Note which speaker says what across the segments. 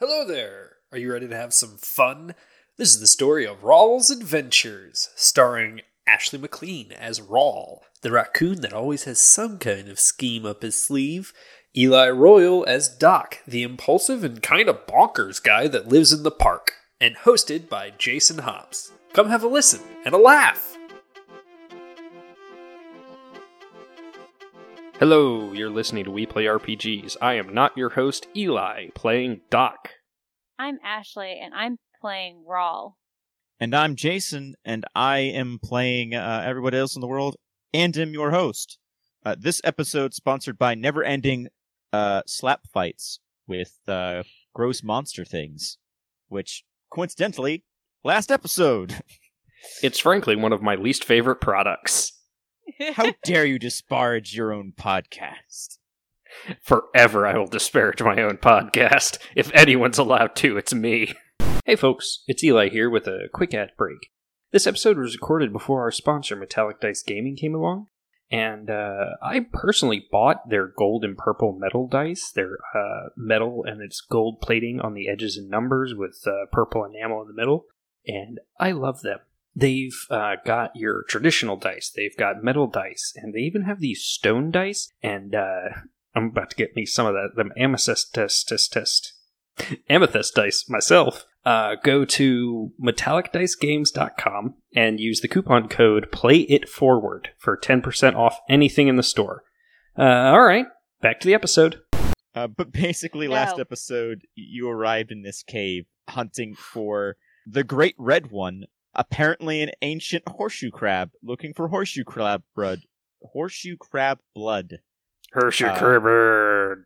Speaker 1: Hello there! Are you ready to have some fun? This is the story of Rawl's Adventures, starring Ashley McLean as Rawl, the raccoon that always has some kind of scheme up his sleeve, Eli Royal as Doc, the impulsive and kind of bonkers guy that lives in the park, and hosted by Jason Hobbs. Come have a listen and a laugh!
Speaker 2: Hello, you're listening to We Play RPGs. I am not your host, Eli, playing Doc.
Speaker 3: I'm Ashley, and I'm playing Rawl.
Speaker 4: And I'm Jason, and I am playing uh, everybody else in the world, and am your host. Uh, this episode sponsored by Never Ending uh, Slap Fights with uh, Gross Monster Things, which coincidentally, last episode.
Speaker 2: It's frankly one of my least favorite products.
Speaker 4: How dare you disparage your own podcast?
Speaker 2: Forever I will disparage my own podcast. If anyone's allowed to, it's me. Hey folks, it's Eli here with a quick ad break. This episode was recorded before our sponsor, Metallic Dice Gaming, came along. And uh, I personally bought their gold and purple metal dice. Their uh, metal and its gold plating on the edges and numbers with uh, purple enamel in the middle. And I love them. They've uh, got your traditional dice, they've got metal dice, and they even have these stone dice. And uh, I'm about to get me some of that them amethyst test test test amethyst dice myself. Uh, go to metallicdicegames.com and use the coupon code PLAYITFORWARD for 10% off anything in the store. Uh, all right, back to the episode.
Speaker 4: Uh, but basically, last
Speaker 3: No.
Speaker 4: episode, y- you arrived in this cave hunting for the Great Red One, apparently an ancient horseshoe crab, looking for horseshoe crab blood. Horseshoe crab blood.
Speaker 2: Hershey
Speaker 4: Uh,
Speaker 2: Kerber.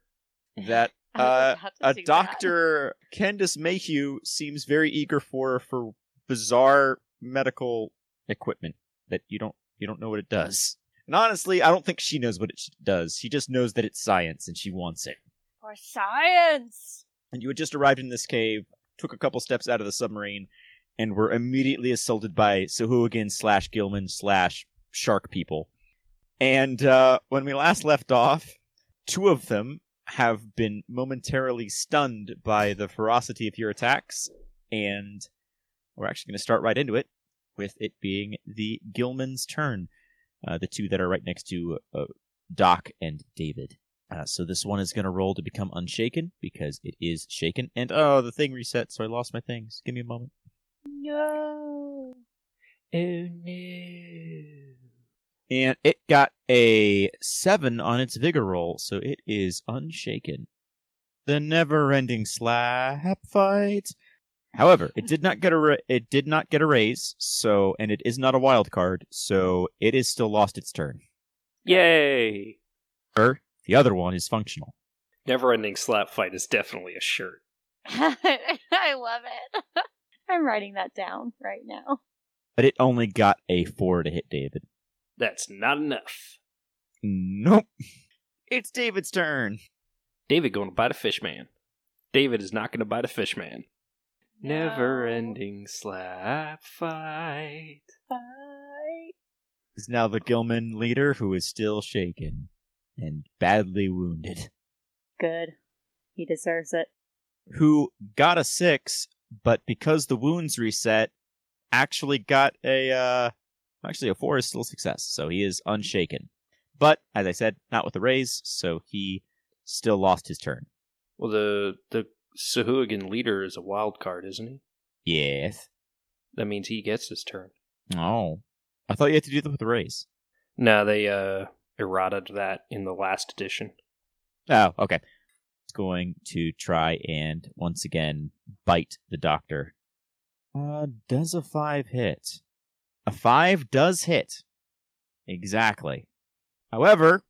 Speaker 4: That
Speaker 3: I was
Speaker 4: Uh,
Speaker 3: about to do
Speaker 4: a
Speaker 3: that.
Speaker 4: doctor, Candace Mayhew, seems very eager for for bizarre medical equipment that you don't you don't know what it does. And honestly, I don't think she knows what it does. She just knows that it's science and she wants it.
Speaker 3: For science!
Speaker 4: and you had just arrived in this cave, took a couple steps out of the submarine, and were immediately assaulted by Sahuagin slash Gilman slash shark people. And uh, when we last left off, two of them have been momentarily stunned by the ferocity of your attacks, and we're actually going to start right into it, with it being the Gilman's turn, uh, the two that are right next to uh, Doc and David. Uh, so this one is going to roll to become unshaken because it is shaken. And oh, the thing reset, so I lost my things. Give me a moment.
Speaker 3: No!
Speaker 2: Oh no.
Speaker 4: And it got a seven on its vigor roll, so it is unshaken. The never-ending slap fight. However, it did not get a ra- it did not get a raise, so and it is not a wild card, so it is still lost its turn.
Speaker 2: Yay!
Speaker 4: Er, the other one is functional.
Speaker 2: Never ending slap fight is definitely a shirt.
Speaker 3: I love it. I'm writing that down right now.
Speaker 4: But it only got a four to hit David.
Speaker 2: That's not enough.
Speaker 4: Nope. It's David's turn.
Speaker 2: David going to bite a fish man. David is not going to bite a fish man. Never
Speaker 3: No.
Speaker 2: ending slap fight.
Speaker 3: Bye.
Speaker 4: is now the Gilman leader who is still shaken and badly wounded,
Speaker 3: Good. He deserves it.
Speaker 4: who got a six, but because the wounds reset, actually got a uh actually a four is still a success, so he is unshaken. But as I said, not with the raise, so he still lost his turn.
Speaker 2: Well, the the Sahuagin leader is a wild card, isn't he?
Speaker 4: Yes.
Speaker 2: That means he gets his turn.
Speaker 4: Oh. I thought you had to do that with the raise.
Speaker 2: No, they uh errata that in the last edition.
Speaker 4: Oh, okay. It's going to try and once again bite the doctor. Uh, does a five hit? A five does hit. Exactly. However,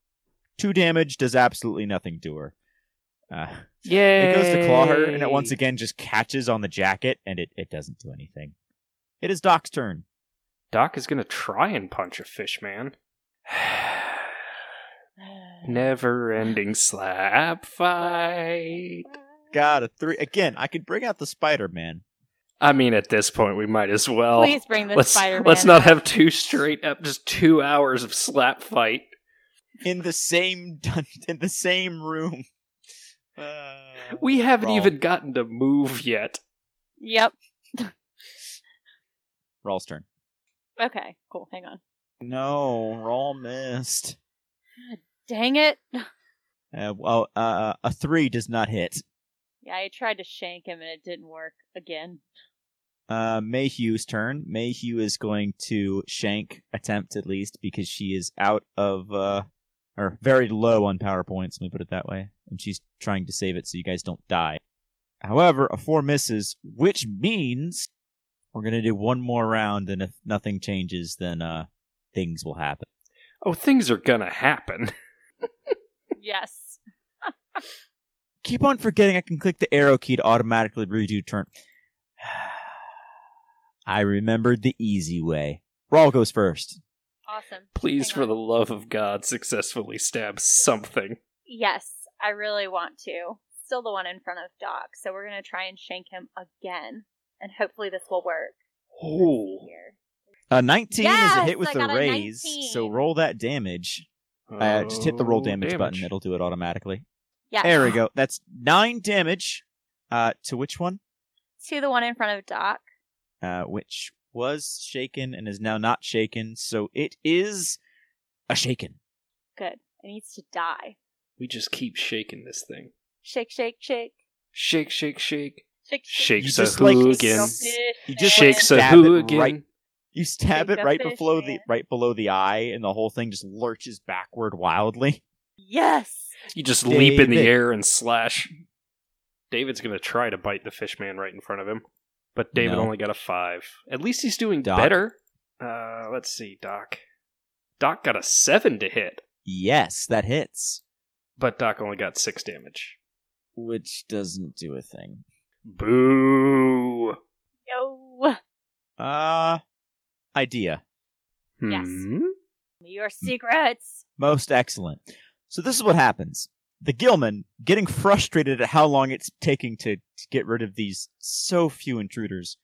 Speaker 4: two damage does absolutely nothing to her. Uh,
Speaker 2: Yay!
Speaker 4: it goes to claw her, and it once again just catches on the jacket, and it, it doesn't do anything. It is Doc's turn.
Speaker 2: Doc is gonna try and punch a fish man. Never ending slap fight.
Speaker 4: Got a three. Again, I could bring out the Spider Man.
Speaker 2: I mean, at this point, we might as well.
Speaker 3: Please bring this
Speaker 2: let's
Speaker 3: Spider-Man.
Speaker 2: let's not have two straight up, just two hours of slap fight.
Speaker 4: in the same dun- in the same room. Uh,
Speaker 2: We haven't
Speaker 4: Wrong.
Speaker 2: even gotten to move yet.
Speaker 3: Yep.
Speaker 4: Rawl's turn.
Speaker 3: Okay, cool. Hang on.
Speaker 4: No, Rawl missed.
Speaker 3: Dang it.
Speaker 4: Uh, well, uh, a three does not hit.
Speaker 3: Yeah, I tried to shank him and it didn't work again.
Speaker 4: Uh, Mayhew's turn. Mayhew is going to shank attempt at least because she is out of uh, or very low on power points. Let me put it that way, and she's trying to save it so you guys don't die. However, a four misses, which means we're gonna do one more round, and if nothing changes, then uh, things will happen.
Speaker 2: Oh, things are gonna happen.
Speaker 3: Yes.
Speaker 4: Keep on forgetting I can click the arrow key to automatically redo turn. I remembered the easy way. Rawl goes first.
Speaker 3: Awesome.
Speaker 2: Please,
Speaker 3: Hang
Speaker 2: for
Speaker 3: on.
Speaker 2: the love of God, successfully stab something.
Speaker 3: Yes, I really want to. Still the one in front of Doc, so we're gonna try and shank him again, and hopefully this will work.
Speaker 2: Oh,
Speaker 3: Here.
Speaker 4: A 19 Uh, is a
Speaker 3: Yes,
Speaker 4: hit with
Speaker 3: I
Speaker 4: the
Speaker 3: got a
Speaker 4: raise, so
Speaker 3: 19.
Speaker 4: roll that damage. Uh, just hit the
Speaker 2: Oh,
Speaker 4: roll damage, button, it'll do it automatically.
Speaker 3: Yes.
Speaker 4: There we go. That's 9 damage. Uh, to which one?
Speaker 3: To the one in front of Doc.
Speaker 4: Uh, which was shaken and is now not shaken, so it is a shaken.
Speaker 3: Good. It needs to die.
Speaker 2: We just keep shaking this thing.
Speaker 3: Shake, shake, shake.
Speaker 2: Shake, shake, shake.
Speaker 3: Shake, shake.
Speaker 2: Shakes
Speaker 4: You
Speaker 2: a
Speaker 4: just, like,
Speaker 2: who
Speaker 3: Shake
Speaker 2: again.
Speaker 3: your
Speaker 4: You just, like,
Speaker 2: Shakes a
Speaker 4: stab
Speaker 2: who
Speaker 4: it
Speaker 2: again.
Speaker 4: right You stab
Speaker 3: Big
Speaker 4: it right
Speaker 3: fish,
Speaker 4: below the
Speaker 3: man.
Speaker 4: right below the eye, and the whole thing just lurches backward wildly.
Speaker 3: Yes.
Speaker 2: You just leap in the
Speaker 4: David.
Speaker 2: air and slash. David's gonna try to bite the fishman right in front of him, but David
Speaker 4: No.
Speaker 2: only got a five. At least he's doing
Speaker 4: Doc.
Speaker 2: better. Uh, let's see, Doc. Doc got a seven to hit,
Speaker 4: Yes, that hits,
Speaker 2: but Doc only got six damage.
Speaker 4: which doesn't do a thing.
Speaker 2: Boo.
Speaker 3: No.
Speaker 4: Uh idea.
Speaker 3: Yes.
Speaker 2: Hmm?
Speaker 3: Your secrets.
Speaker 4: Most excellent. So this is what happens. The Gilman, getting frustrated at how long it's taking to, to get rid of these so few intruders,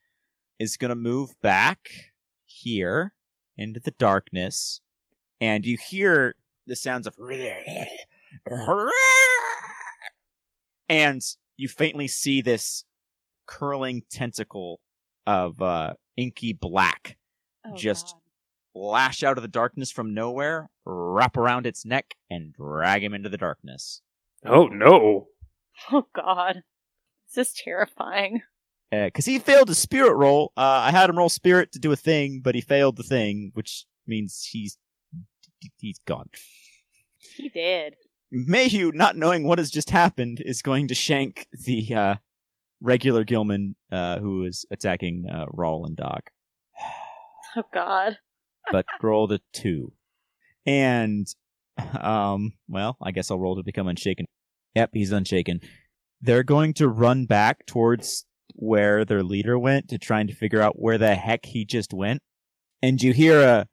Speaker 4: is going to move back here into the darkness, and you hear the sounds of and you faintly see this curling tentacle of uh, inky black
Speaker 3: Oh,
Speaker 4: Just-
Speaker 3: God.
Speaker 4: lash out of the darkness from nowhere, wrap around its neck, and drag him into the darkness.
Speaker 2: Oh no.
Speaker 3: Oh God. This is terrifying.
Speaker 4: Because Uh, he failed his spirit roll. Uh, I had him roll spirit to do a thing, but he failed the thing, which means he's he's gone.
Speaker 3: He did.
Speaker 4: Mayhew, not knowing what has just happened, is going to shank the uh, regular Gilman uh, who is attacking uh, Rawl and Doc.
Speaker 3: Oh God.
Speaker 4: but roll the two. And um, well, I guess I'll roll to become unshaken. Yep, he's unshaken. They're going to run back towards where their leader went to trying to figure out where the heck he just went. And you hear a,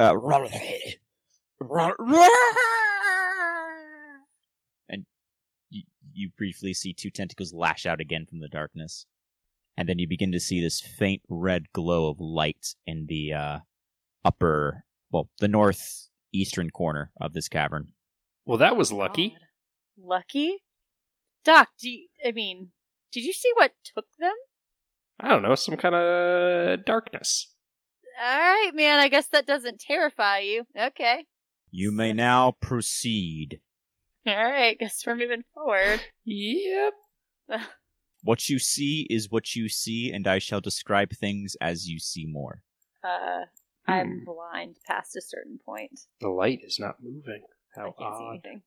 Speaker 4: a and you, you briefly see two tentacles lash out again from the darkness. And then you begin to see this faint red glow of light in the uh, upper, well, the northeastern corner of this cavern.
Speaker 2: Well, that was lucky.
Speaker 3: God. Lucky? Doc, do you, I mean, did you see what took them?
Speaker 2: I don't know, some kind of darkness.
Speaker 3: All right, man. I guess that doesn't terrify you. Okay.
Speaker 4: You may now proceed.
Speaker 3: All right. Guess we're moving forward.
Speaker 2: Yep.
Speaker 4: What you see is what you see, and I shall describe things as you see more.
Speaker 3: Uh,
Speaker 4: Hmm.
Speaker 3: I'm blind past a certain point.
Speaker 2: The light is not moving.
Speaker 3: I
Speaker 2: How
Speaker 3: can't see
Speaker 2: odd.
Speaker 3: anything.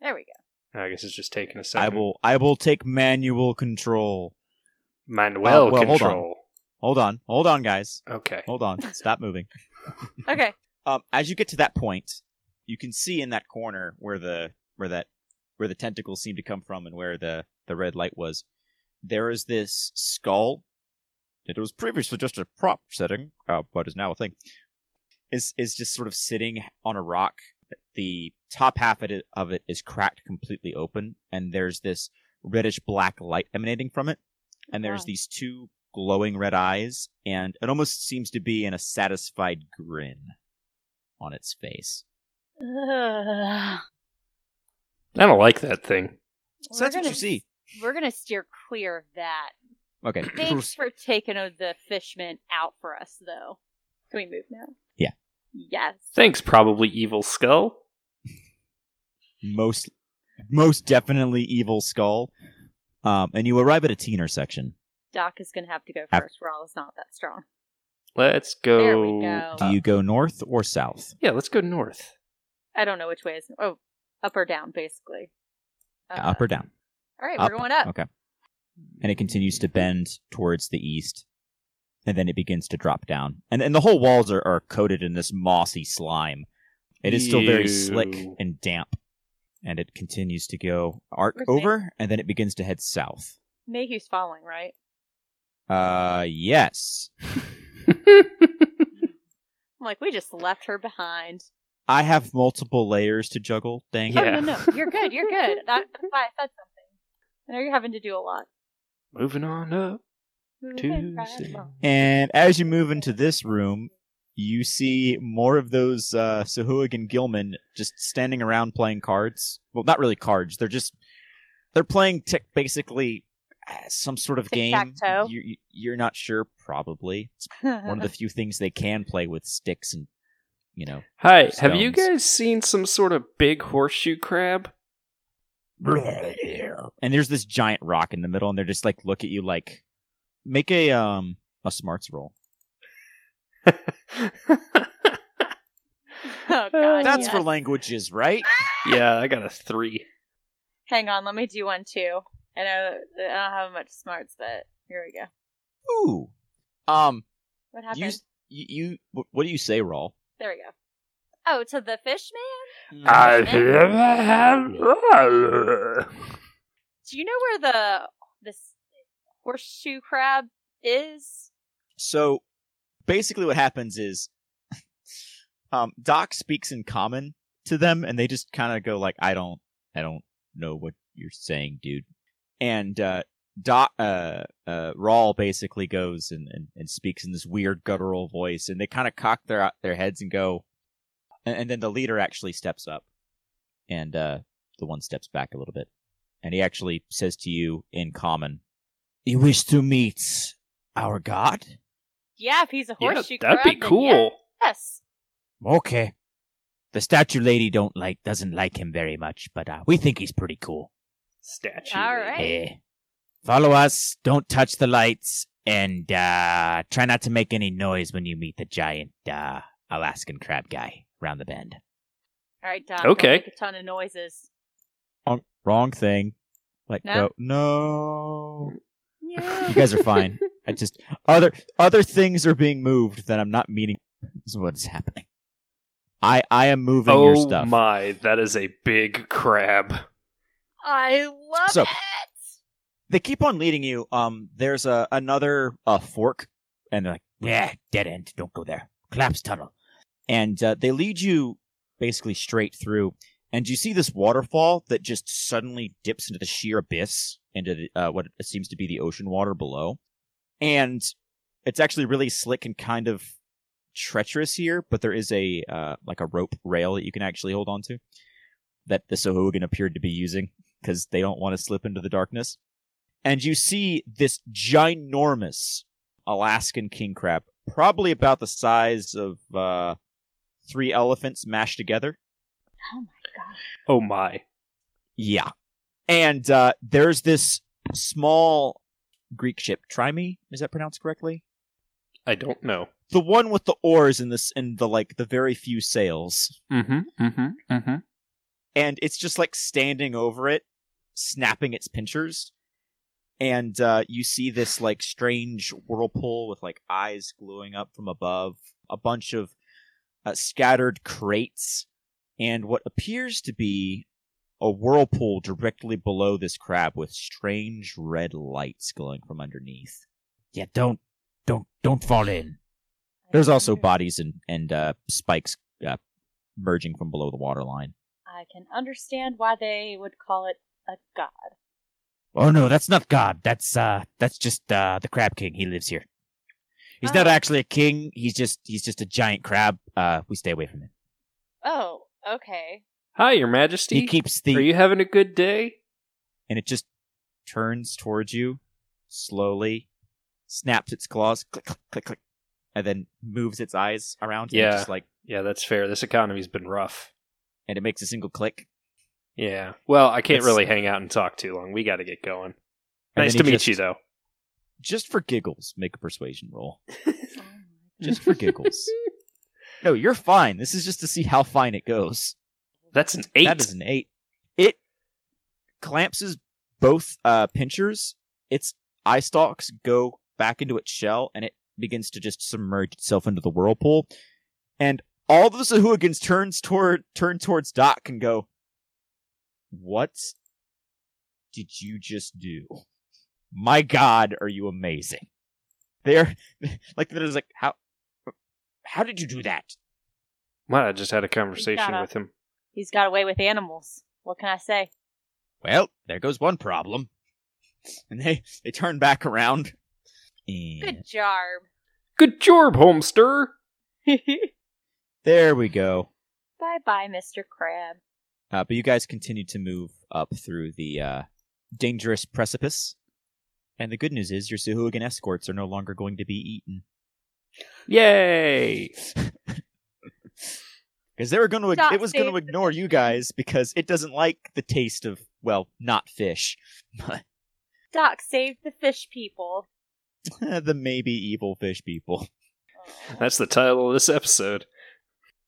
Speaker 3: There we go.
Speaker 2: I guess it's just taking a
Speaker 4: I
Speaker 2: second.
Speaker 4: will. I will take manual control.
Speaker 2: Manuel
Speaker 4: Oh, well, hold on.
Speaker 2: control.
Speaker 4: Hold on. Hold on, guys.
Speaker 2: Okay.
Speaker 4: Hold on. Stop moving.
Speaker 3: Okay.
Speaker 4: Um, as you get to that point, you can see in that corner where the where that where the tentacles seem to come from and where the the red light was. There is this skull. It was previously just a prop setting, uh, but is now a thing. Is is just sort of sitting on a rock. The top half of it, of it is cracked completely open, and there's this reddish black light emanating from it. And there's
Speaker 3: Wow.
Speaker 4: these two glowing red eyes, and it almost seems to be in a satisfied grin on its face.
Speaker 3: Ugh.
Speaker 2: I don't like that thing.
Speaker 4: So that's what you see.
Speaker 3: We're gonna steer clear of that.
Speaker 4: Okay.
Speaker 3: Thanks for taking uh, the fishman out for us, though. Can we move now?
Speaker 4: Yeah.
Speaker 3: Yes.
Speaker 2: Thanks, probably evil skull.
Speaker 4: most most definitely evil skull. Um, and you arrive at a teener section.
Speaker 3: Doc is gonna have to go
Speaker 4: Ab-
Speaker 3: first. Rawl is not that strong.
Speaker 2: Let's go.
Speaker 3: There we go.
Speaker 4: Do you go north or south?
Speaker 2: Yeah, let's go north.
Speaker 3: I don't know which way is oh up or down basically. Uh,
Speaker 4: up or down?
Speaker 3: All right,
Speaker 4: up.
Speaker 3: we're going up.
Speaker 4: Okay. And it continues to bend towards the east, and then it begins to drop down. And and the whole walls are, are coated in this mossy slime. It is still very slick
Speaker 2: Ew.
Speaker 4: and damp. And it continues to go arc
Speaker 3: Where's
Speaker 4: over, and then it begins to head south.
Speaker 3: Mayhew's following, right?
Speaker 4: Uh, yes.
Speaker 3: I'm like, we just left her behind.
Speaker 4: I have multiple layers to juggle. Dang it.
Speaker 2: Yeah.
Speaker 3: Oh no, no, you're good, you're good. That, that's why I said something. I know you're having to do a lot.
Speaker 2: Moving on up to.
Speaker 3: Moving right along.
Speaker 4: And as you move into this room, you see more of those uh, Sahuagin Gilman just standing around playing cards. Well, not really cards. They're just they're playing tick basically uh, some sort of game.
Speaker 3: Tic-tac-toe? Uh-huh.
Speaker 4: You, you, you're not sure, probably. It's one of the few things they can play with sticks and you know.
Speaker 2: Hi, have you
Speaker 4: Stones.
Speaker 2: guys seen some sort of big horseshoe crab?
Speaker 3: Oh,
Speaker 4: And there's this giant rock in the middle, and they're just like look at you like make a um a smarts roll.
Speaker 3: Oh, God,
Speaker 4: That's
Speaker 3: yeah.
Speaker 4: for languages, right?
Speaker 2: yeah, I got a three.
Speaker 3: Hang on, let me do one too. I know I don't have much smarts, but here we go.
Speaker 4: Ooh. Um.
Speaker 3: What happened?
Speaker 4: You, s- you, you, wh- what do you say, Rawl?
Speaker 3: There we go. Oh, to the fish man? Do you know where the this horseshoe crab is?
Speaker 4: so basically, what happens is, um, Doc speaks in common to them, and they just kind of go like, "I don't, I don't know what you're saying, dude." And uh, Doc, uh, uh, Rawl basically goes and, and and speaks in this weird guttural voice, and they kind of cock their their heads and go, and, and then the leader actually steps up, and uh, the one steps back a little bit, and he actually says to you in common, "You wish to meet." Our god?
Speaker 3: Yeah, if he's a
Speaker 2: Yeah,
Speaker 3: horseshoe crab.
Speaker 2: that'd be
Speaker 3: then
Speaker 2: cool.
Speaker 3: Yes.
Speaker 4: Okay. The statue lady don't like doesn't like him very much, but uh, we think he's pretty cool.
Speaker 2: Statue.
Speaker 3: All right.
Speaker 4: Eh. Follow us, don't touch the lights, and uh, try not to make any noise when you meet the giant uh, Alaskan crab guy round the bend.
Speaker 3: All right, Doc.
Speaker 2: Okay.
Speaker 3: Don't make a ton of noises.
Speaker 4: Wrong, wrong thing. Like
Speaker 3: No?
Speaker 4: no.
Speaker 3: Yeah.
Speaker 4: You guys are fine. I just other other things are being moved that I'm not meeting. Is what's happening. I I am moving your
Speaker 2: Oh
Speaker 4: stuff.
Speaker 2: my, that is a big crab.
Speaker 3: I love
Speaker 4: So-
Speaker 3: it.
Speaker 4: they keep on leading you. Um, there's a another uh, fork, and they're like, "Yeah, dead end. Don't go there. Collapse tunnel." And uh, they lead you basically straight through, and you see this waterfall that just suddenly dips into the sheer abyss, into the, uh, what seems to be the ocean water below, and it's actually really slick and kind of treacherous here. But there is a uh, like a rope rail that you can actually hold onto that the Sohogan appeared to be using because they don't want to slip into the darkness and you see this ginormous Alaskan king crab, probably about the size of uh, three elephants mashed together.
Speaker 3: Oh my god.
Speaker 2: Oh my.
Speaker 4: Yeah. And uh, there's this small Greek ship, Tryme, is that pronounced correctly?
Speaker 2: I don't know.
Speaker 4: The one with the oars and this and the like the very few sails.
Speaker 2: Mm-hmm. Mm-hmm. Mm-hmm.
Speaker 4: And it's just like standing over it, snapping its pincers. And uh, you see this like strange whirlpool with like eyes glowing up from above, a bunch of uh, scattered crates, and what appears to be a whirlpool directly below this crab with strange red lights glowing from underneath. Yeah, don't, don't, don't fall in. There's also
Speaker 3: Mm-hmm.
Speaker 4: bodies and and uh, spikes uh, merging from below the waterline.
Speaker 3: I can understand why they would call it a god.
Speaker 4: Oh no, that's not God. That's uh that's just uh the crab king. He lives here. He's not
Speaker 3: Oh.
Speaker 4: actually a king. He's just he's just a giant crab. Uh we stay away from him.
Speaker 3: Oh, okay.
Speaker 2: Hi, Your Majesty.
Speaker 4: He keeps the
Speaker 2: Are you having a good day?
Speaker 4: and it just turns towards you slowly, snaps its claws, click, click, click, click, and then moves its eyes around. and
Speaker 2: Yeah.
Speaker 4: just like
Speaker 2: Yeah, that's fair. This economy's been rough.
Speaker 4: and it makes a single click.
Speaker 2: Yeah. Well, I can't
Speaker 4: It's-
Speaker 2: really hang out and talk too long. We got to get going.
Speaker 4: And
Speaker 2: Nice
Speaker 4: then
Speaker 2: to
Speaker 4: he
Speaker 2: meet
Speaker 4: just-
Speaker 2: you, though.
Speaker 4: Just for giggles, make a persuasion roll.
Speaker 3: Oh
Speaker 4: Just for giggles. No, you're fine. This is just to see how fine it goes.
Speaker 2: That's an eight.
Speaker 4: That is an eight. It clamses both uh, pinchers. Its eye stalks go back into its shell, and it begins to just submerge itself into the whirlpool. And all the Zahooligans turns toward turn towards Doc and go, "What did you just do? My God, are you amazing? They're like they're just like how." How did you do that?
Speaker 2: Might have just had a conversation
Speaker 3: gotta-
Speaker 2: with him.
Speaker 3: He's got away with animals. What can I say?
Speaker 4: Well, there goes one problem. And they they turn back around. And
Speaker 3: Good job.
Speaker 2: Good job, Homester.
Speaker 4: There we go.
Speaker 3: bye bye, Mr. Crab.
Speaker 4: Uh, but you guys continue to move up through the uh, dangerous precipice. And the good news is your Suhugan escorts are no longer going to be eaten.
Speaker 2: Yay!
Speaker 4: Because they were going to,
Speaker 3: Not
Speaker 4: it was going
Speaker 3: safe.
Speaker 4: to ignore you guys because it doesn't like the taste of, well, not fish, but
Speaker 3: Doc saved the fish people.
Speaker 4: the maybe evil fish people.
Speaker 3: Aw.
Speaker 2: That's the title of this episode.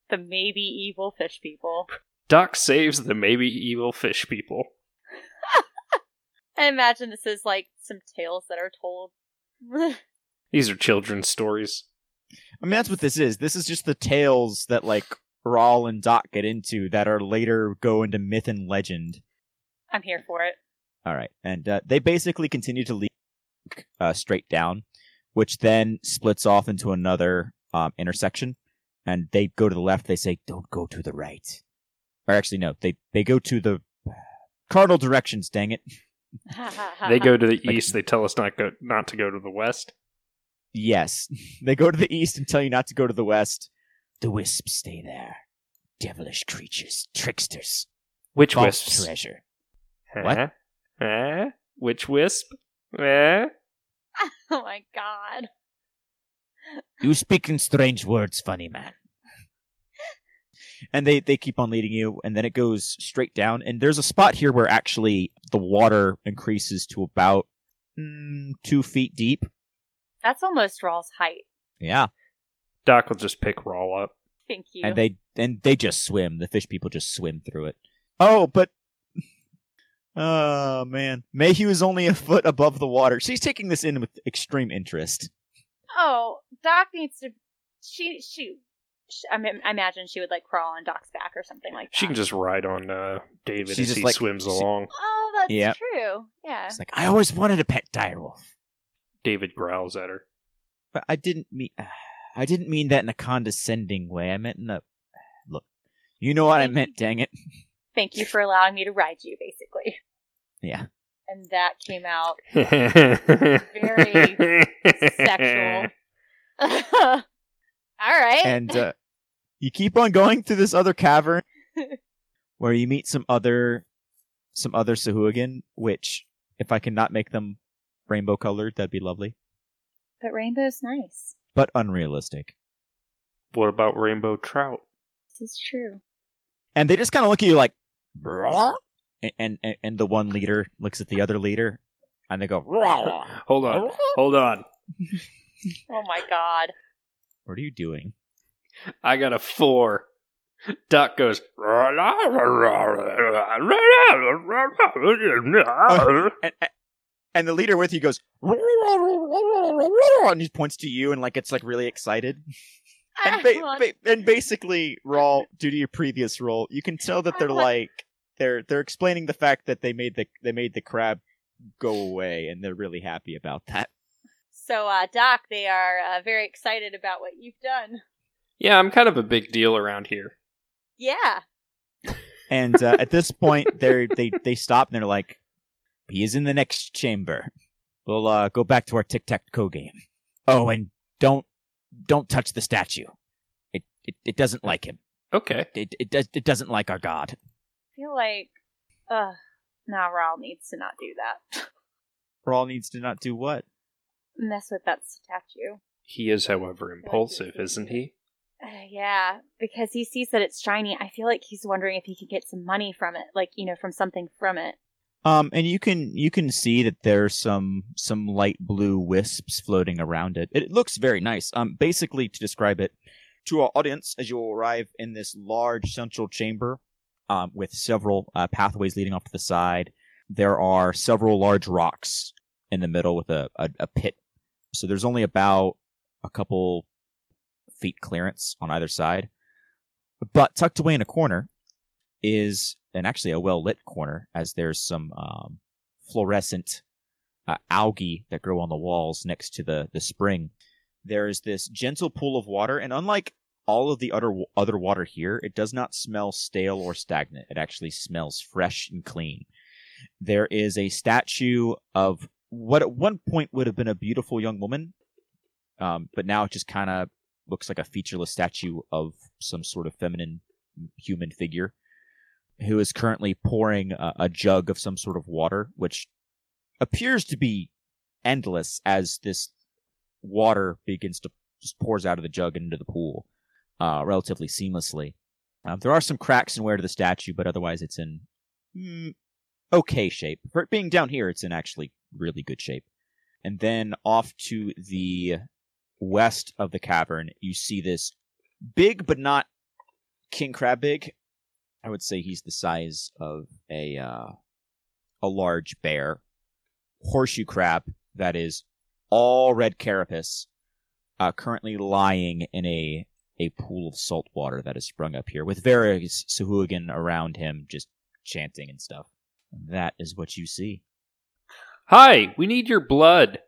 Speaker 3: the maybe evil fish people.
Speaker 2: Doc saves the maybe evil fish people.
Speaker 3: I imagine this is like some tales that are told.
Speaker 2: These are children's stories.
Speaker 4: I mean, that's what this is. This is just the tales that like Rawl and Doc get into that are later go into myth and legend.
Speaker 3: I'm here for it.
Speaker 4: All right, and uh, they basically continue to leak uh, straight down, which then splits off into another um, intersection, and they go to the left. They say, "Don't go to the right," or actually, no, they they go to the cardinal directions. Dang it!
Speaker 2: They go to the east. They tell us not go not to go to the west.
Speaker 4: Yes, they go to the east and tell you not to go to the west. The wisps stay there. Devilish creatures, tricksters,
Speaker 2: Which
Speaker 4: false
Speaker 2: wisps?
Speaker 4: treasure.
Speaker 2: Huh?
Speaker 4: What?
Speaker 2: Huh?
Speaker 4: Eh?
Speaker 2: Which wisp? Huh?
Speaker 3: Oh my god.
Speaker 4: You speak in strange words, funny man. And they, they keep on leading you, and then it goes straight down. And there's a spot here where actually the water increases to about mm, two feet deep.
Speaker 3: That's almost Raw's height.
Speaker 4: Yeah,
Speaker 2: Doc will just pick Rawl up.
Speaker 3: Thank you.
Speaker 4: and they and they just swim. The fish people just swim through it. Oh, but oh man, Mayhew is only a foot above the water. She's taking this in with extreme interest.
Speaker 3: oh, Doc needs to. She she. sh I, mean, I imagine she would like crawl on Doc's back or something like that.
Speaker 2: She can just ride on uh, David
Speaker 4: Ah. She's
Speaker 2: as
Speaker 4: just
Speaker 2: he
Speaker 4: like-
Speaker 2: swims
Speaker 4: she-
Speaker 2: along.
Speaker 3: Oh, that's
Speaker 4: Yeah.
Speaker 3: true. Yeah.
Speaker 4: It's like I always wanted a pet direwolf.
Speaker 2: David growls at her.
Speaker 4: But I didn't mean I didn't mean that in a condescending way. I meant in a look. You know what I meant, dang it.
Speaker 3: Thank you for allowing me to ride you, basically.
Speaker 4: Yeah.
Speaker 3: And that came out
Speaker 2: Very
Speaker 3: sexual. All right.
Speaker 4: And uh, you keep on going through this other cavern where you meet some other some other Sahuagin, which if I cannot make them rainbow colored, that'd be lovely.
Speaker 3: but rainbow's nice.
Speaker 4: But unrealistic.
Speaker 2: What about rainbow trout?
Speaker 3: This is true.
Speaker 4: And they just kinda look at you like "Bruh?" and, and and the one leader looks at the other leader and they go, "Bruh."
Speaker 2: Hold on, hold on.
Speaker 3: Oh my god.
Speaker 4: What are you doing?
Speaker 2: I got a four. Doc goes. That's
Speaker 4: and and the leader with you goes and he points to you and like it's like really excited and,
Speaker 3: I
Speaker 4: ba-
Speaker 3: want-
Speaker 4: ba- and basically raw due to your previous role you can tell that they're like they're they're explaining the fact that they made the they made the crab go away and they're really happy about that
Speaker 3: so, uh, Doc, they are uh, very excited about what you've done.
Speaker 2: yeah, I'm kind of a big deal around here.
Speaker 3: Yeah.
Speaker 4: and uh, at this point they're they they stop and they're like he is in the next chamber we'll uh go back to our tic-tac-toe game oh and don't don't touch the statue it it, it doesn't like him
Speaker 2: Okay.
Speaker 4: it, it does it doesn't like our god
Speaker 3: I feel like, uh, Now Rawl needs to not do that.
Speaker 4: Rawl needs to not do what?
Speaker 3: Mess with that statue.
Speaker 2: He is, however, impulsive, isn't he?
Speaker 3: Uh, yeah, because he sees that it's shiny. I feel like he's wondering if he could get some money from it, like, you know, from something from it.
Speaker 4: Um, and you can you can see that there's some some light blue wisps floating around it. It looks very nice. Um, basically to describe it to our audience, as you will arrive in this large central chamber, um, with several uh, pathways leading off to the side, there are several large rocks in the middle with a, a, a pit. So there's only about a couple feet clearance on either side, but tucked away in a corner is and actually a well lit corner as there's some um, fluorescent uh, algae that grow on the walls next to the the spring. There is this gentle pool of water, and unlike all of the other other water here, it does not smell stale or stagnant. It actually smells fresh and clean. There is a statue of what at one point would have been a beautiful young woman, um, but now it just kind of looks like a featureless statue of some sort of feminine human figure who is currently pouring a, a jug of some sort of water, which appears to be endless as this water begins to just pours out of the jug into the pool uh, relatively seamlessly. Um, there are some cracks and wear to the statue, but otherwise it's in mm, okay shape. For it being down here, it's in actually really good shape. And then off to the west of the cavern, you see this big but not king crab big I would say he's the size of a uh, a large bear, horseshoe crab that is all red carapace, uh, currently lying in a a pool of salt water that has sprung up here, with various Sahuagin around him just chanting and stuff. That is what you see.
Speaker 2: Hi, we need your blood.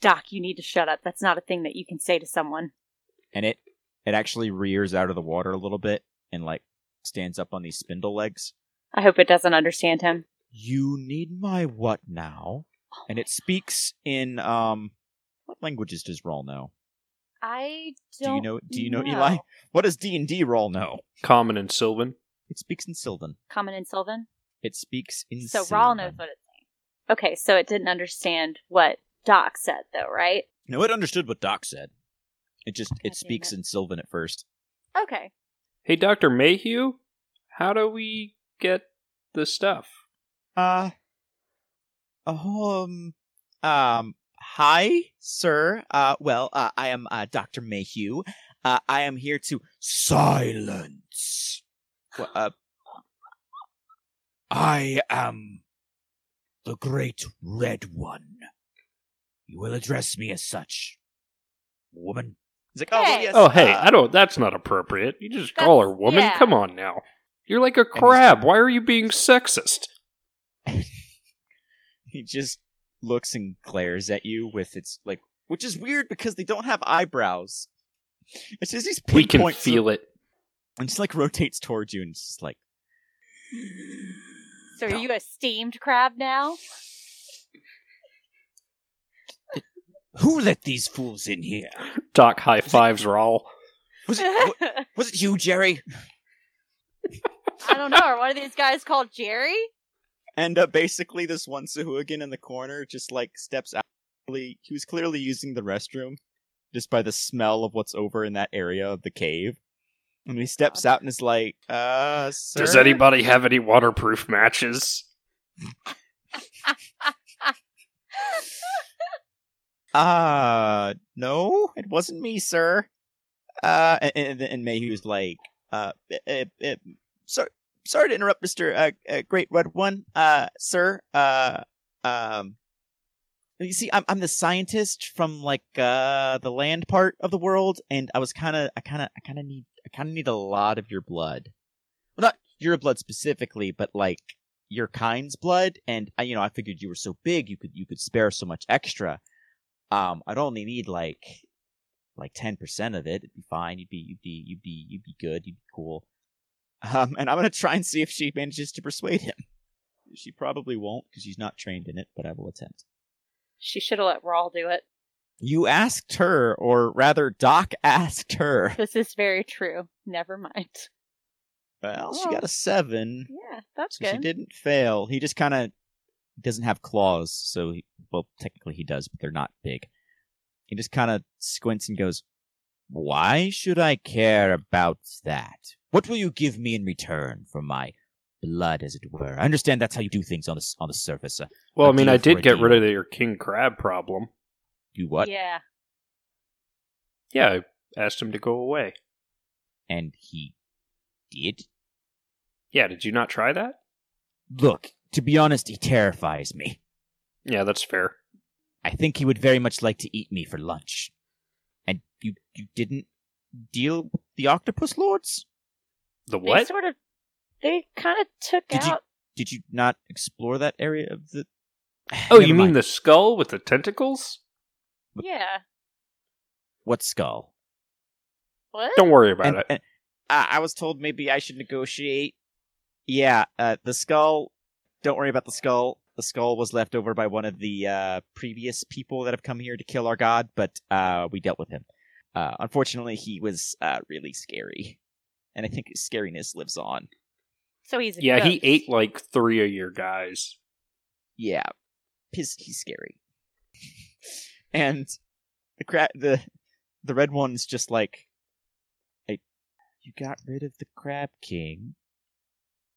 Speaker 3: Doc, you need to shut up. That's not a thing that you can say to someone.
Speaker 4: And it it actually rears out of the water a little bit and like stands up on these spindle legs.
Speaker 3: I hope it doesn't understand him.
Speaker 4: You need my what now? And it speaks in um what languages does Rawl know?
Speaker 3: I
Speaker 4: Do you know do you know, Eli? What does D and D Rawl know?
Speaker 2: Common and Sylvan.
Speaker 4: It speaks in Sylvan.
Speaker 3: Common and Sylvan.
Speaker 4: It speaks in
Speaker 3: So
Speaker 4: Sylvan.
Speaker 3: Rawl knows what it's saying. Okay, so it didn't understand what Doc said, though, right?
Speaker 4: No, it understood what Doc said. It just
Speaker 3: damn
Speaker 4: it speaks
Speaker 3: it.
Speaker 4: in Sylvan at first.
Speaker 3: Okay.
Speaker 2: Hey, Dr. Mayhew, how do we get the stuff?
Speaker 4: Uh, um, um, hi, sir. Uh, well, uh, I am uh, Dr. Mayhew. Uh, I am here to silence. Wha- uh, I am the Great Red One. You will address me as such, woman. He's like,
Speaker 3: Hey.
Speaker 2: Oh, hey,
Speaker 4: uh,
Speaker 2: I don't. That's not appropriate. You just call her
Speaker 3: That's-
Speaker 2: woman.
Speaker 3: yeah.
Speaker 2: Come on now. You're like a crab. Why are you being sexist?
Speaker 4: he just looks and glares at you with its like which is weird because they don't have eyebrows it's just these
Speaker 2: We can
Speaker 4: pinpoints of-
Speaker 2: feel it.
Speaker 4: and just like rotates towards you and it's just like
Speaker 3: So are you a steamed crab now?
Speaker 4: who let these fools in here
Speaker 2: Doc high fives are all.
Speaker 4: was it wa-
Speaker 3: I
Speaker 4: was it you jerry
Speaker 3: don't know. Are one of these guys called Jerry?
Speaker 4: and uh, basically this one sahuagin in the corner just like steps out he was clearly using the restroom just by the smell of what's over in that area of the cave and he steps out and is like uh sir?
Speaker 2: Does anybody have any waterproof matches?
Speaker 4: Uh, no, it wasn't me, sir. Uh, and, and, and Mayhew's like, uh, uh, uh, sorry, sorry to interrupt, Mister uh, uh, Great Red One. Uh, sir, uh, um, you see, I'm I'm the scientist from like uh the land part of the world, and I was kind of, I kind of, I kind of need, I kind of need a lot of your blood. Well, not your blood specifically, but like your kind's blood. And I, you know, I figured you were so big, you could you could spare so much extra um i'd only need like like 10% of it it'd be fine you'd be you'd be you'd be you'd be good you'd be cool um and i'm gonna try and see if she manages to persuade him she probably won't because she's not trained in it but i will attempt
Speaker 3: She should have let Rawl do it.
Speaker 4: you asked her or rather doc asked her
Speaker 3: This is very true. Never mind.
Speaker 4: Well, she
Speaker 3: Well.
Speaker 4: got a seven,
Speaker 3: Yeah, that's
Speaker 4: so
Speaker 3: good.
Speaker 4: she didn't fail. He just kind of doesn't have claws, so he, well, technically he does, but they're not big. He just kind of squints and goes, "Why should I care about that? What will you give me in return for my blood, as it were? I understand that's how you do things on the s- on the surface. Uh,
Speaker 2: Well, I
Speaker 4: A
Speaker 2: mean,
Speaker 4: deal
Speaker 2: I
Speaker 4: for
Speaker 2: did
Speaker 4: a
Speaker 2: get
Speaker 4: deal.
Speaker 2: rid of your king crab problem.
Speaker 4: you what?
Speaker 3: Yeah.
Speaker 2: Yeah, I asked him to go away.
Speaker 4: And he did.
Speaker 2: Yeah, did you not try that?
Speaker 4: Look, to be honest, he terrifies me.
Speaker 2: Yeah, that's fair.
Speaker 4: I think he would very much like to eat me for lunch. And you you didn't deal with the octopus lords?
Speaker 2: The
Speaker 3: They
Speaker 2: what?
Speaker 3: sort of they kind of took
Speaker 4: Did you-
Speaker 3: out
Speaker 4: Did you not explore that area of the
Speaker 2: Oh,
Speaker 4: Never
Speaker 2: you mean
Speaker 4: mind.
Speaker 2: the skull with the tentacles?
Speaker 3: Yeah.
Speaker 4: what skull?
Speaker 3: What?
Speaker 2: Don't worry about
Speaker 4: And-
Speaker 2: it.
Speaker 4: and- uh, I was told maybe I should negotiate. Yeah, uh, the skull. Don't worry about the skull. The skull was left over by one of the uh, previous people that have come here to kill our god, but uh, we dealt with him. Uh, unfortunately, he was uh, really scary, and I think his scariness lives on.
Speaker 3: So he's a
Speaker 2: yeah, he
Speaker 3: ghost.
Speaker 2: ate like three of your guys.
Speaker 4: Yeah, his, he's scary. and the cra- the the red one's just like, I, you got rid of the crab king.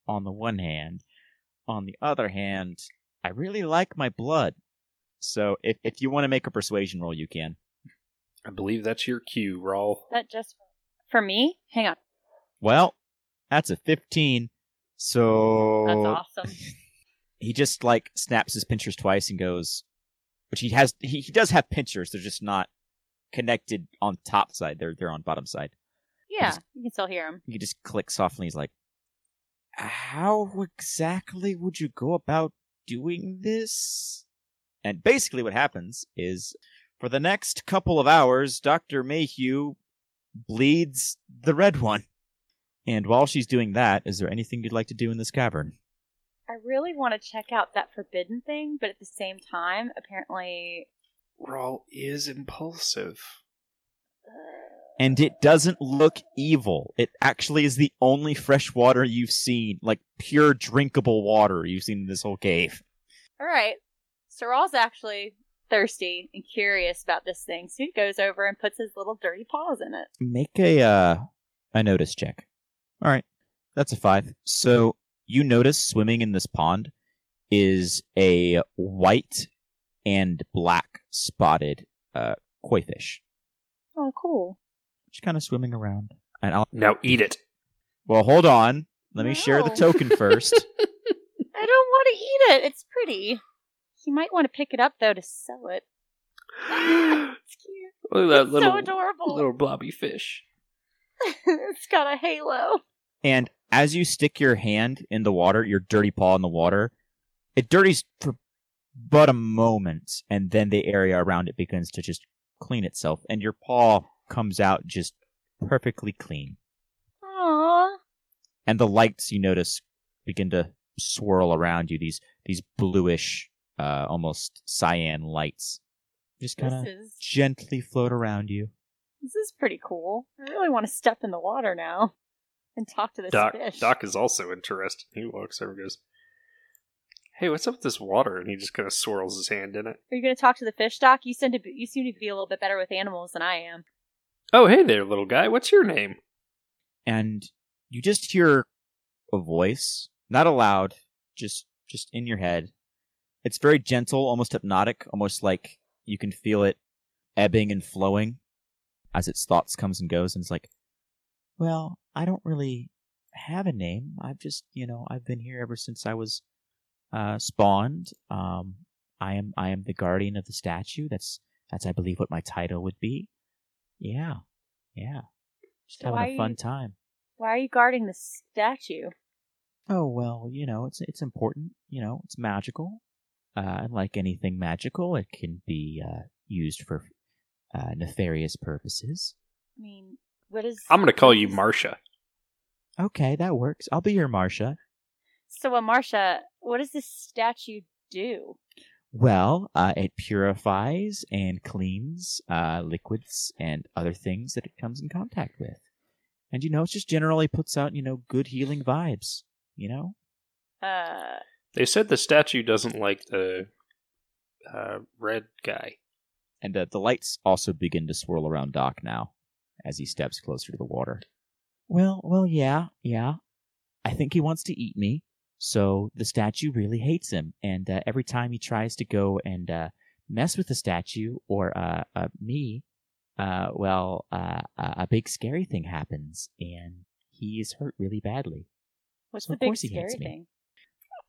Speaker 4: On the one hand, on the other hand, I really like my blood. So if if you want to make a persuasion roll, you can.
Speaker 2: I believe that's your cue, Rawl.
Speaker 3: that just for me. Hang on,
Speaker 4: Well, that's a fifteen. So
Speaker 3: that's awesome.
Speaker 4: he just like snaps his pincers twice and goes which he has he, he does have pincers they're just not connected on top side they're they're on bottom side
Speaker 3: Yeah,
Speaker 4: just-
Speaker 3: you can still hear him.
Speaker 4: he just clicks softly he's like how exactly would you go about doing this and basically what happens is for the next couple of hours dr mayhew bleeds the red one and while she's doing that is there anything you'd like to do in this cavern
Speaker 3: I really want to check out that forbidden thing, but at the same time, apparently,
Speaker 2: Rawl is impulsive.
Speaker 3: uh,
Speaker 4: and it doesn't look evil. It actually is the only fresh water you've seen, like pure drinkable water you've seen in this whole cave.
Speaker 3: all right. So Raw's actually thirsty and curious about this thing, so he goes over and puts his little dirty paws in it.
Speaker 4: Make a uh, a notice check. All right, that's a five. So you notice swimming in this pond is a white and black spotted uh, koi fish,
Speaker 3: Oh, cool.
Speaker 4: just kind of swimming around. And I'll
Speaker 2: Now eat it.
Speaker 4: well, hold on. Let me share the
Speaker 3: No.
Speaker 4: token first.
Speaker 3: I don't want to eat it. It's pretty. He might want to pick it up though to sell it. It's cute.
Speaker 2: Look at
Speaker 3: It's
Speaker 2: that little
Speaker 3: so adorable.
Speaker 2: little blobby fish.
Speaker 3: it's got a halo.
Speaker 4: And as you stick your hand in the water, your dirty paw in the water, it dirties for but a moment, and then the area around it begins to just clean itself, and your paw comes out just perfectly clean.
Speaker 3: Aww.
Speaker 4: And the lights you notice begin to swirl around you, these these bluish, uh, almost cyan lights. Just kind of
Speaker 3: This is
Speaker 4: gently float around you.
Speaker 3: this is pretty cool. I really want to step in the water now and talk to this
Speaker 2: Doc
Speaker 3: fish.
Speaker 2: Doc is also interested. He walks over and goes, Hey, what's up with this water? And he just kind of swirls his hand in it.
Speaker 3: Are you going to talk to the fish, Doc? You seem to be, you seem to be a little bit better with animals than I am.
Speaker 2: Oh, hey there, little guy. What's your name?
Speaker 4: and you just hear a voice, not aloud, just just in your head. It's very gentle, almost hypnotic, almost like you can feel it ebbing and flowing as its thoughts comes and goes and it's like, "Well, I don't really have a name. I've just, you know, I've been here ever since I was uh spawned. Um I am I am the guardian of the statue. That's that's I believe what my title would be. Yeah. Yeah. Just
Speaker 3: So why are
Speaker 4: having
Speaker 3: you-
Speaker 4: a fun time.
Speaker 3: Why are you guarding the statue?
Speaker 4: Oh well, you know, it's it's important. You know, it's magical. Uh, and like anything magical, it can be uh, used for uh, nefarious purposes.
Speaker 3: I mean, what is?
Speaker 2: I'm going to call you Marcia.
Speaker 4: Okay, that works. I'll be your Marcia.
Speaker 3: So, Amarsha, what does this statue do?
Speaker 4: Well, uh, it purifies and cleans uh, liquids and other things that it comes in contact with. And you know, it just generally puts out, you know, good healing vibes, you know?
Speaker 3: Uh,
Speaker 2: They said the statue doesn't like the uh, red guy.
Speaker 4: And uh, the lights also begin to swirl around Doc now as he steps closer to the water. Well, well, yeah, yeah. I think he wants to eat me. So the statue really hates him. And uh, every time he tries to go and uh, mess with the statue or uh, uh, me, uh, well, uh, a a big scary thing happens and he is hurt really badly.
Speaker 3: what's
Speaker 4: Of
Speaker 3: the big
Speaker 4: course he
Speaker 3: scary
Speaker 4: hates me.
Speaker 3: thing?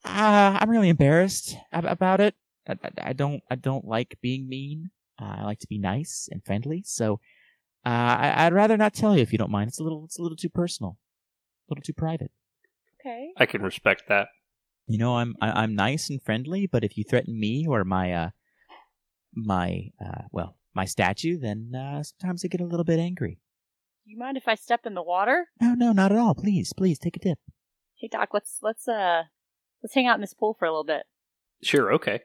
Speaker 4: Uh, I'm really embarrassed ab- about it. I, I, I don't I don't like being mean. Uh, I like to be nice and friendly. So uh, I, I'd rather not tell you if you don't mind. It's a little it's a little too personal, a little too private.
Speaker 3: Okay.
Speaker 2: I can respect that.
Speaker 4: You know I'm I, I'm nice and friendly, but if you threaten me or my uh my uh well my statue, then uh, sometimes I get a little bit angry.
Speaker 3: You mind if I step in the water?
Speaker 4: No, no, not at all. Please, please take a dip.
Speaker 3: Hey Doc, let's let's uh let's hang out in this pool for a little bit.
Speaker 2: Sure, okay.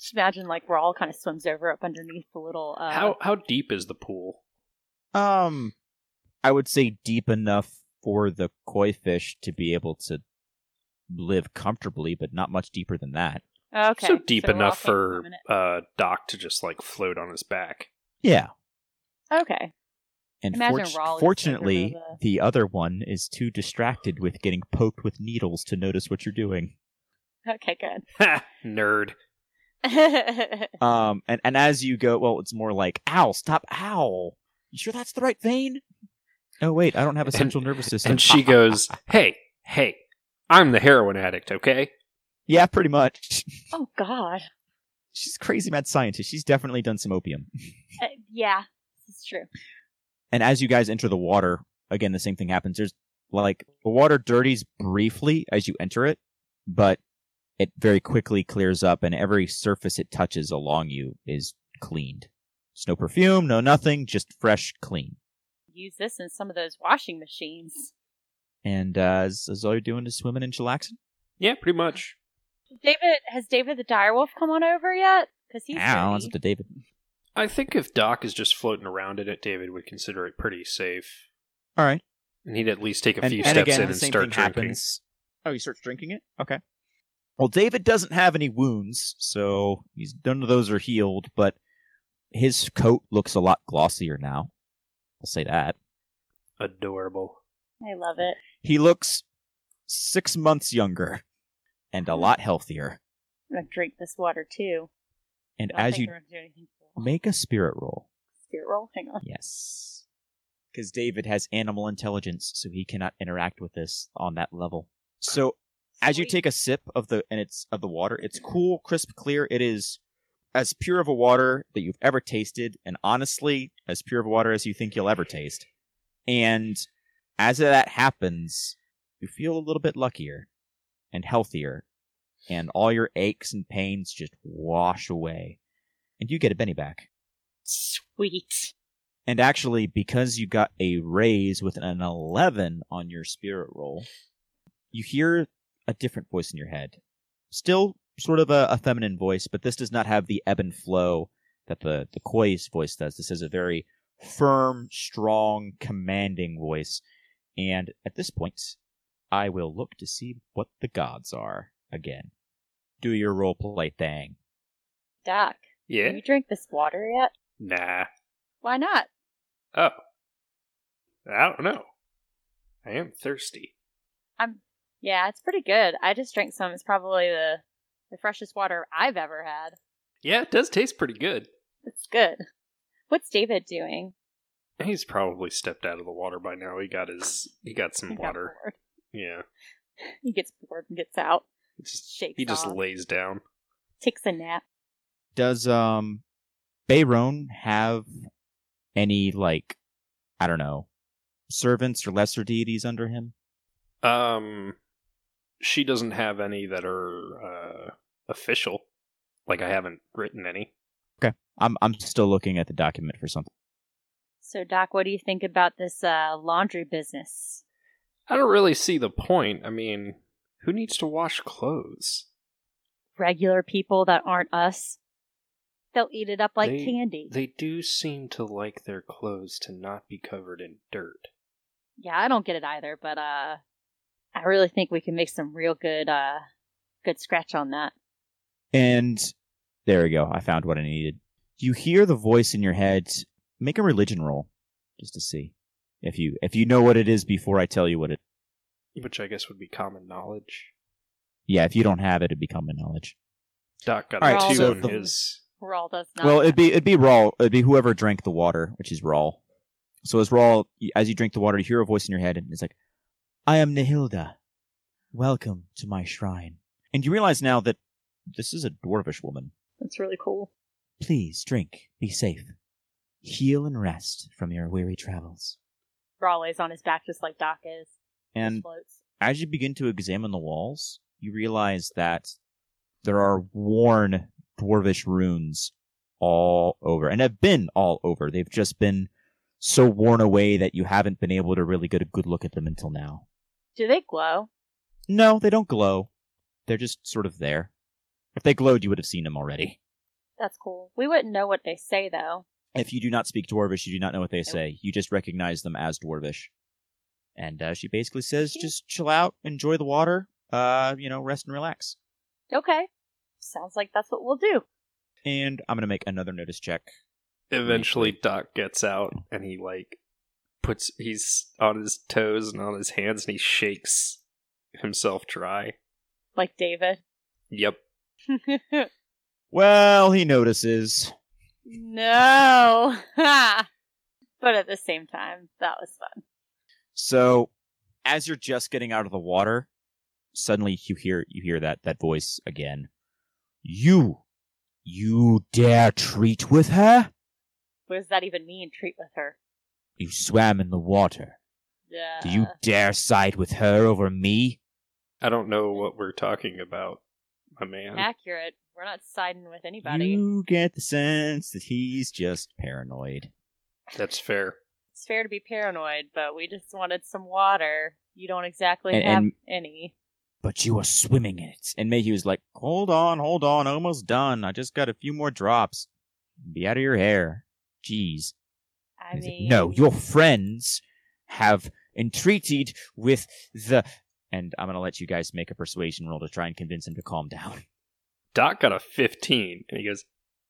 Speaker 3: Just imagine like Rawl kind of swims over up underneath the little uh
Speaker 2: how how deep is the pool?
Speaker 4: Um, I would say deep enough for the koi fish to be able to live comfortably, but not much deeper than that.
Speaker 3: okay.
Speaker 2: so deep
Speaker 3: we're
Speaker 2: enough
Speaker 3: walking
Speaker 2: for
Speaker 3: a minute.
Speaker 2: uh, Doc to just like float on his back.
Speaker 4: Yeah.
Speaker 3: Okay.
Speaker 4: And
Speaker 3: Imagine
Speaker 4: fortu-
Speaker 3: Raleigh is
Speaker 4: fortunately,
Speaker 3: over the-
Speaker 4: the other one is too distracted with getting poked with needles to notice what you're doing.
Speaker 3: Okay, good.
Speaker 2: Ha! Nerd.
Speaker 4: Um, and, and as you go, well, it's more like, ow, stop, ow. You sure that's the right vein? Oh, wait, I don't have a
Speaker 2: And-
Speaker 4: central nervous system.
Speaker 2: And she goes, "Hey, hey, I'm the heroin addict, okay?
Speaker 4: yeah, pretty much.
Speaker 3: oh god.
Speaker 4: She's a crazy mad scientist. She's definitely done some opium.
Speaker 3: Uh, yeah, this is true.
Speaker 4: And as you guys enter the water, again, the same thing happens. There's like the water dirties briefly as you enter it, but it very quickly clears up, and every surface it touches along you is cleaned. It's no perfume, no nothing, just fresh, clean.
Speaker 3: Use this in some of those washing machines.
Speaker 4: And uh, is, is all you're doing is swimming and chillaxing?
Speaker 2: Yeah, pretty much.
Speaker 3: David has David the direwolf come on over yet? Because he's
Speaker 4: Ow, that's
Speaker 3: dirty.
Speaker 4: up to David.
Speaker 2: I think if Doc is just floating around in it, David would consider it pretty safe,
Speaker 4: All right.
Speaker 2: and he'd at least take a
Speaker 4: and,
Speaker 2: few
Speaker 4: and
Speaker 2: steps
Speaker 4: again,
Speaker 2: in
Speaker 4: the
Speaker 2: and
Speaker 4: same
Speaker 2: start
Speaker 4: thing
Speaker 2: drinking.
Speaker 4: happens. Oh, he starts drinking it? Okay. Well, David doesn't have any wounds, so he's none of those are healed, but his coat looks a lot glossier now. I'll say that.
Speaker 2: Adorable.
Speaker 3: I love it.
Speaker 4: He looks six months younger and a lot healthier.
Speaker 3: I'm gonna drink this water too.
Speaker 4: And
Speaker 3: I don't
Speaker 4: as
Speaker 3: think
Speaker 4: you
Speaker 3: we're gonna do anything cool.
Speaker 4: make a spirit roll,
Speaker 3: spirit roll, hang on.
Speaker 4: yes. Because David has animal intelligence, so he cannot interact with this on that level. So as you
Speaker 3: Sweet.
Speaker 4: take a sip of the and it's of the water it's cool crisp clear it is as pure of a water that you've ever tasted and honestly as pure of a water as you think you'll ever taste and as that happens you feel a little bit luckier and healthier and all your aches and pains just wash away and you get a penny back
Speaker 3: Sweet.
Speaker 4: and actually because you got a raise with an 11 on your spirit roll you hear a different voice in your head. Still sort of a, a feminine voice, but this does not have the ebb and flow that the, the koi's voice does. This is a very firm, strong, commanding voice. And at this point, I will look to see what the gods are again. Do your role play thing.
Speaker 3: Doc,
Speaker 2: Yeah.
Speaker 3: have you drink this water yet?
Speaker 2: Nah.
Speaker 3: Why not?
Speaker 2: Oh. I don't know. I am thirsty.
Speaker 3: I'm yeah, it's pretty good. I just drank some. It's probably the the freshest water I've ever had.
Speaker 2: Yeah, it does taste pretty good.
Speaker 3: It's good. What's David doing?
Speaker 2: He's probably stepped out of the water by now. He got his he got some
Speaker 3: He got
Speaker 2: Mm, water.
Speaker 3: bored.
Speaker 2: Yeah.
Speaker 3: He gets bored and gets out,
Speaker 2: He Just,
Speaker 3: Shakes
Speaker 2: he just
Speaker 3: off.
Speaker 2: lays down.
Speaker 3: takes a nap.
Speaker 4: Does um Bayron have any like I don't know servants or lesser deities under him?
Speaker 2: Um she doesn't have any that are uh official. Like I haven't written any.
Speaker 4: I'm I'm still looking at the document for something.
Speaker 3: So Doc, what do you think about this uh laundry business?
Speaker 2: I don't really see the point. I mean, who needs to wash clothes?
Speaker 3: Regular people that aren't us. They'll eat it up like
Speaker 2: They-
Speaker 3: candy.
Speaker 2: They do seem to like their clothes to not be covered in dirt.
Speaker 3: Yeah, I don't get it either, but uh I really think we can make some real good uh good scratch on that.
Speaker 4: And there we go. I found what I needed. You hear the voice in your head. Make a religion roll just to see if you if you know what it is before I tell you what it.
Speaker 2: Which I guess would be common knowledge.
Speaker 4: Yeah, if you don't have it, it'd be common knowledge.
Speaker 2: Doc got
Speaker 4: All
Speaker 3: right,
Speaker 2: a two
Speaker 3: so
Speaker 2: on
Speaker 4: the-
Speaker 2: his.
Speaker 3: Rawl does not.
Speaker 4: Well, it'd be it'd be Rawl. It'd be whoever drank the water, which is Rawl. So as Rawl, y- as you drink the water, you hear a voice in your head, and it's like, "I am Nihilda. Welcome to my shrine." And you realize now that this is a dwarvish woman.
Speaker 3: That's really cool.
Speaker 4: Please drink. Be safe. Heal and rest from your weary travels.
Speaker 3: Rawl lays on his back just like Doc is. Just
Speaker 4: And
Speaker 3: floats.
Speaker 4: as you begin to examine the walls, you realize that there are worn dwarvish runes all over and have been all over. They've just been so worn away that you haven't been able to really get a good look at them until now.
Speaker 3: Do they glow?
Speaker 4: No, they don't glow. They're just sort of there. If they glowed, you would have seen them already.
Speaker 3: That's cool. We wouldn't know what they say though.
Speaker 4: If you do not speak dwarvish, you do not know what they say. You just recognize them as dwarvish. And uh, she basically says, just chill out, enjoy the water, uh, you know, rest and relax.
Speaker 3: Okay. Sounds like that's what we'll do.
Speaker 4: And I'm going to make another notice check.
Speaker 2: Eventually, Doc gets out and he like puts he's on his toes and on his hands and he shakes himself dry.
Speaker 3: Like David.
Speaker 2: Yep.
Speaker 4: Well, he notices.
Speaker 3: no. but at the same time, that was fun.
Speaker 4: So, as you're just getting out of the water, suddenly you hear you hear that that voice again. You, you dare treat with her?
Speaker 3: What does that even mean? Treat with her.
Speaker 4: You swam in the water.
Speaker 3: Yeah.
Speaker 4: Do you dare side with her over me?
Speaker 2: I don't know what we're talking about, my man.
Speaker 3: accurate. We're not siding with anybody.
Speaker 4: You get the sense that he's just paranoid.
Speaker 2: That's fair.
Speaker 3: It's fair to be paranoid, but we just wanted some water. You don't exactly
Speaker 4: And-
Speaker 3: have
Speaker 4: and-
Speaker 3: any.
Speaker 4: But you are swimming in it. And Mayhew's like, hold on, hold on, almost done. I just got a few more drops. Be out of your hair. Jeez.
Speaker 3: I
Speaker 4: He's like,
Speaker 3: mean,
Speaker 4: no, your friends have entreated with the. And I'm going to let you guys make a persuasion roll to try and convince him to calm down.
Speaker 2: Doc got a 15 and he goes,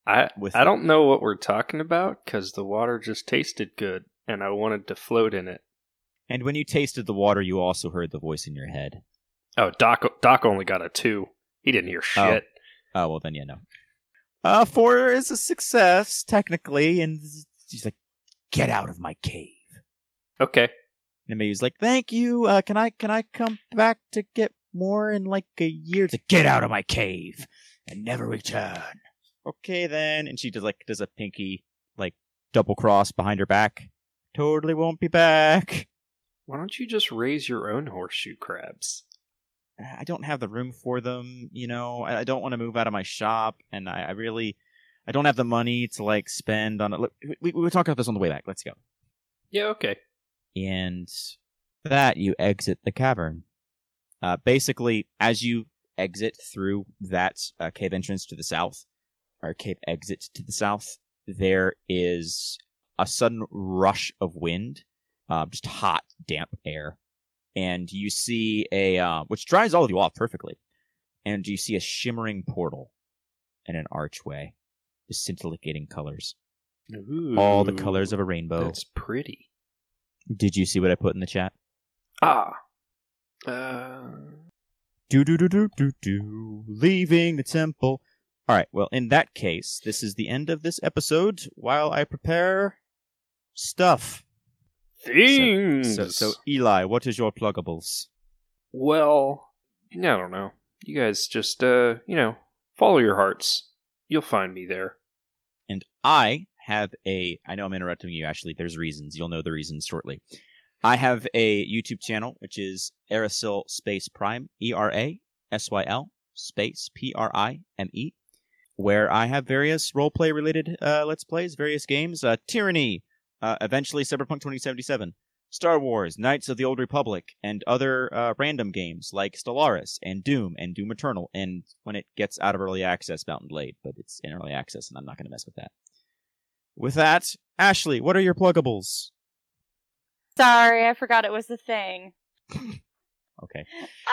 Speaker 2: I,
Speaker 4: With-
Speaker 2: I don't know what we're talking about because the water just tasted good and I wanted to float in it.
Speaker 4: And when you tasted the water, you also heard the voice in your head.
Speaker 2: Oh, Doc, Doc only got a two. He didn't hear shit.
Speaker 4: Oh, well, then you know. Uh, four is a success, technically. And she's like, get out of my cave.
Speaker 2: Okay.
Speaker 4: And Mayu's like, thank you. Uh, can I can I come back to get more in like a year? To get out of my cave and never return. Okay then. And she does like does a pinky like double cross behind her back. Totally won't be back.
Speaker 2: Why don't you just raise your own horseshoe crabs?
Speaker 4: I don't have the room for them. You know, I, I don't want to move out of my shop, and I, I really, I don't have the money to like spend on it. Look, we- we, we were talking about this on the way back. Let's go.
Speaker 2: Yeah, okay.
Speaker 4: and for that you exit the cavern. Uh, basically, as you exit through that uh, cave entrance to the south, or cave exit to the south, there is a sudden rush of wind, uh, just hot, damp air, and you see a uh, which dries all of you off perfectly, and you see a shimmering portal and an archway, with scintillating colors, all the colors of a rainbow.
Speaker 2: That's pretty.
Speaker 4: Did you see what I put in the chat?
Speaker 2: Ah. Uh,
Speaker 4: Do do do do do do. Leaving the temple. All right. Well, in that case, this is the end of this episode. While I prepare stuff.
Speaker 2: things.
Speaker 4: So, so Eli, what is your pluggables?
Speaker 2: Well, I don't know. You guys just, uh, you know, follow your hearts. You'll find me there.
Speaker 4: And I have a. I know I'm interrupting you, Ashley. There's reasons. You'll know the reasons shortly. I have a YouTube channel which is Aerosil Space Prime E R A S Y L Space P R I M E, where I have various roleplay related uh, let's plays, various games, uh, Tyranny, uh, eventually Cyberpunk 2077, Star Wars, Knights of the Old Republic, and other uh, random games like Stellaris and Doom and Doom Eternal. And when it gets out of early access, Mountain Blade, but it's in early access, and I'm not going to mess with that. With that, Ashley, what are your pluggables?
Speaker 3: Sorry, I forgot it was a thing.
Speaker 4: Okay.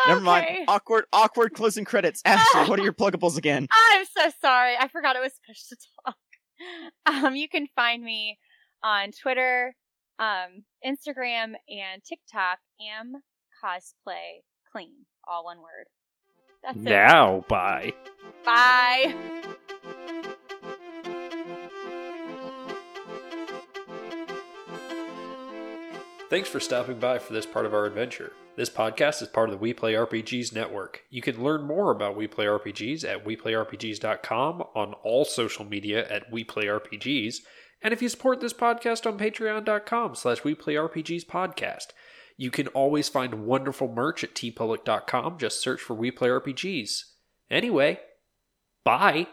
Speaker 4: Never
Speaker 3: Okay.
Speaker 4: mind. Awkward, awkward closing credits. Ashley, what are your pluggables again?
Speaker 3: I'm so sorry. I forgot it was push to talk. Um, you can find me on Twitter, um, Instagram, and TikTok. Am cosplay clean, all one word. That's it.
Speaker 5: Now, bye.
Speaker 3: Bye.
Speaker 2: Thanks for stopping by for this part of our adventure. This podcast is part of the We Play RPGs network. You can learn more about We Play RPGs at weplayrpgs.com on all social media at We Play RPGs, and if you support this podcast on patreon.com slash We Play RPGs podcast. You can always find wonderful merch at tpublic.com. Just search for We Play RPGs. Anyway, bye.